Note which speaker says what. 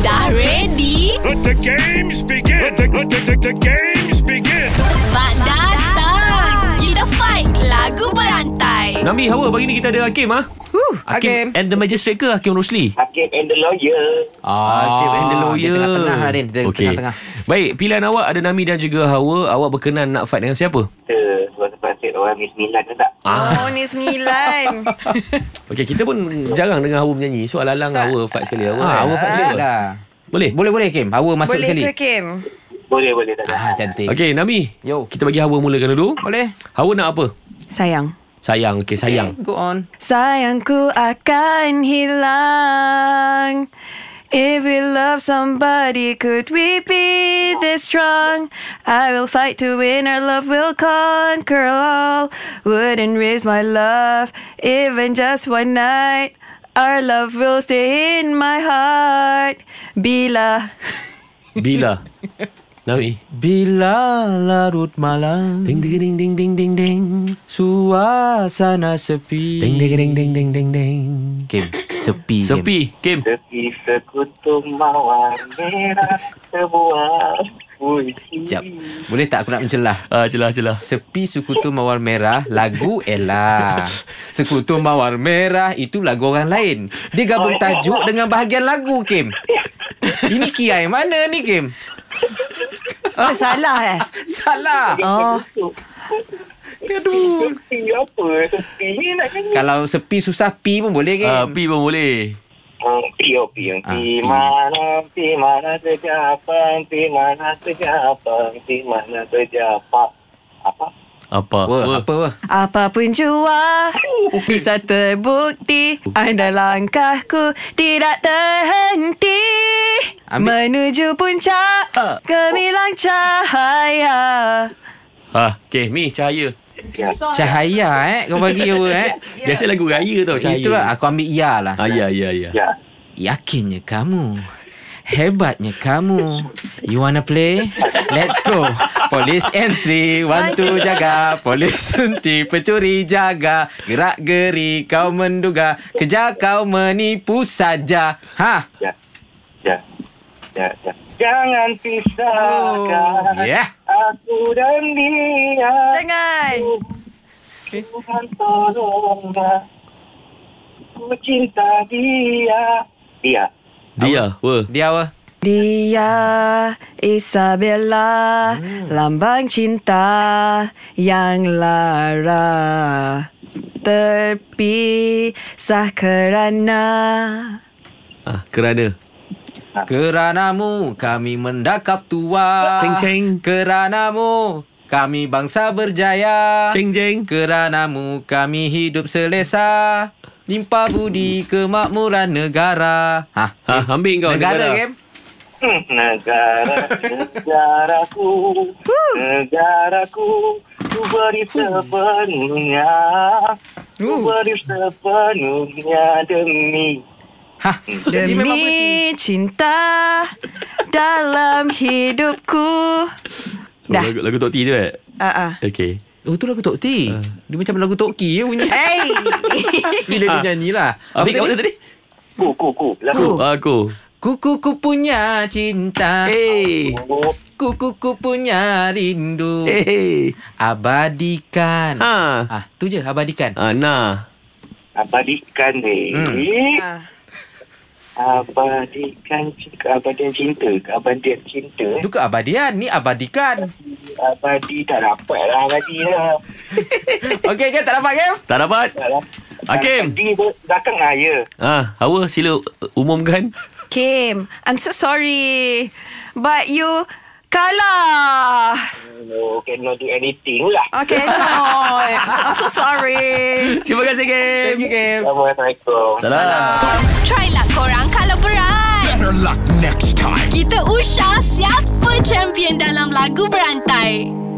Speaker 1: Dah ready?
Speaker 2: Let the games begin. Let the, let the, the, the games begin.
Speaker 1: Mak datang! Kita fight lagu berantai.
Speaker 3: Nambi, Hawa, pagi ni kita ada Hakim ah. Huh,
Speaker 4: Hakim.
Speaker 3: and the Magistrate ke Hakim Rosli?
Speaker 5: Hakim and the lawyer.
Speaker 3: Ah,
Speaker 4: Ah,
Speaker 3: Hakim and the lawyer.
Speaker 4: Dia tengah-tengah
Speaker 3: lah,
Speaker 4: hari ni. Dia
Speaker 3: Okey.
Speaker 4: tengah-tengah.
Speaker 3: Baik, pilihan awak ada Nami dan juga Hawa. Awak berkenan nak fight dengan siapa?
Speaker 5: Kita sebab sepatutnya orang ni sembilan ke tak?
Speaker 3: Ah.
Speaker 6: Oh ni sembilan
Speaker 3: Okey, kita pun jarang dengar Hawa menyanyi. So alang-alang Hawa fight sekali. Ah, Hawa,
Speaker 4: Ha, awak fight sikit dah.
Speaker 3: Boleh?
Speaker 4: Boleh boleh Kim. Awak masuk
Speaker 6: Boleh
Speaker 4: sekali.
Speaker 6: ke Kim?
Speaker 5: Boleh, boleh tak?
Speaker 4: Ah
Speaker 5: Ah,
Speaker 4: cantik.
Speaker 3: Okey, Nami.
Speaker 4: Yo.
Speaker 3: Kita bagi Hawa mulakan dulu.
Speaker 4: Boleh?
Speaker 3: Hawa nak apa?
Speaker 6: Sayang
Speaker 3: Sayang. Okey, sayang.
Speaker 4: Go on.
Speaker 6: Sayangku akan hilang If we love somebody, could we be this strong? I will fight to win, our love will conquer all. Wouldn't raise my love, even just one night. Our love will stay in my heart. Bila.
Speaker 3: Bila? Nami.
Speaker 4: Bila larut malam
Speaker 3: Ding ding ding ding ding ding ding.
Speaker 4: Suasana sepi
Speaker 3: Ding ding ding ding ding ding ding.
Speaker 4: Kim Sepi Kim.
Speaker 3: Sepi. Kim.
Speaker 5: Tepi sekutu mawar merah sebuah puisi.
Speaker 4: Sekejap Boleh tak aku nak mencelah
Speaker 3: Ah, celah celah.
Speaker 4: Sepi Sekutu Mawar Merah Lagu Ella Sekutu Mawar Merah Itu lagu orang lain Dia gabung
Speaker 6: Oh.
Speaker 4: tajuk dengan bahagian lagu Kim Ini kiai mana ni Kim
Speaker 6: Oh, salah eh?
Speaker 4: Salah
Speaker 6: Oh.
Speaker 4: Aduh
Speaker 5: Tepi apa? Tepi ni nak nyanyi.
Speaker 4: Kalau sepi susah pi pun boleh Kim
Speaker 3: Ah, pi pun boleh.
Speaker 5: Oh, Pio, pio.
Speaker 4: Ah, pio.
Speaker 5: Di mana, di mana terjapang, di mana terjapang, di mana terjapang. Apa?
Speaker 3: Apa?
Speaker 4: Wah, apa wah?
Speaker 6: Apapun jua Bisa terbukti Anda langkahku Tidak terhenti
Speaker 4: Ambil.
Speaker 6: Menuju puncak
Speaker 3: Ah.
Speaker 6: Gemilang cahaya
Speaker 3: Ha, okey, mi cahaya.
Speaker 4: Cahaya eh Kau bagi apa eh
Speaker 6: Ya.
Speaker 3: Biasa lagu raya tau cahaya.
Speaker 4: Itulah aku ambil ya lah
Speaker 3: Ah, ya ya ya.
Speaker 5: Ya.
Speaker 4: Yakinnya kamu Hebatnya kamu You wanna play? Let's go Polis entry One two jaga Polis sunti Pencuri jaga Gerak geri Kau menduga Kerja kau menipu saja Ha
Speaker 5: Ya. Ya. Ya. ya. Jangan pisahkan
Speaker 4: Oh, Yeah
Speaker 5: aku dan dia.
Speaker 6: Jangan
Speaker 5: Tuhan tolonglah. Ku cinta dia. Dia.
Speaker 3: Dia, wah.
Speaker 4: Dia apa?
Speaker 6: Dia Isabella Lambang cinta Yang lara Terpisah kerana
Speaker 3: Ah, kerana.
Speaker 4: Keranamu kami mendakap tua
Speaker 3: Ceng, ceng.
Speaker 4: Keranamu kami bangsa berjaya
Speaker 3: Ceng jeng.
Speaker 4: Keranamu kami hidup selesa Limpa budi kemakmuran negara Ha,
Speaker 3: Ha, ambil kau
Speaker 4: negara, Kim
Speaker 5: Hmm, Negara, negaraku, negaraku, ku beri sepenuhnya, ku beri sepenuhnya demi
Speaker 4: Ha, Ini memang penting.
Speaker 6: Demi cinta dalam hidupku. Dah.
Speaker 3: Lagu, lagu Tok T tu eh.
Speaker 6: Ah ah.
Speaker 3: Okey.
Speaker 4: Oh tu lagu Tok T
Speaker 3: Eh.
Speaker 4: Dia macam lagu Tok Ki je bunyi
Speaker 6: Hey.
Speaker 4: Bila
Speaker 3: Ah.
Speaker 4: dia nyanyi lah Apa
Speaker 3: Ambil kat mana
Speaker 4: tadi?
Speaker 3: tadi?
Speaker 5: ku ku ku Lah, lagu.
Speaker 6: Ku.
Speaker 3: Aku.
Speaker 4: Kuku ku punya cinta
Speaker 3: Eh.
Speaker 5: Oh,
Speaker 4: Kuku ku punya rindu
Speaker 3: Eh.
Speaker 4: Abadikan
Speaker 3: Ha.
Speaker 4: Ah, tu je abadikan
Speaker 3: Ah, nah.
Speaker 5: abadikan deh. Hmm.
Speaker 6: Ah.
Speaker 5: Abadikan cinta, abadian cinta, abadian cinta.
Speaker 4: Itu keabadian Ni abadikan
Speaker 5: Abadi tak dapat lah abadi lah.
Speaker 4: Okey Kim tak dapat Kim
Speaker 3: Tak dapat.
Speaker 5: Tak dapat.
Speaker 3: Hakim.
Speaker 5: Abadi ber- belakang lah ya.
Speaker 3: Ah, Hawa sila uh, umumkan.
Speaker 6: Kim, I'm so sorry. But you kalah.
Speaker 5: Oh, cannot do anything lah.
Speaker 6: Okay, no. I'm so sorry.
Speaker 3: Terima kasih, Kim.
Speaker 4: Thank you Kim
Speaker 5: Assalamualaikum.
Speaker 3: Salam.
Speaker 1: Try lah korang kalau berat.
Speaker 2: Better luck next time.
Speaker 1: Kita usah siapa champion dalam lagu berantai.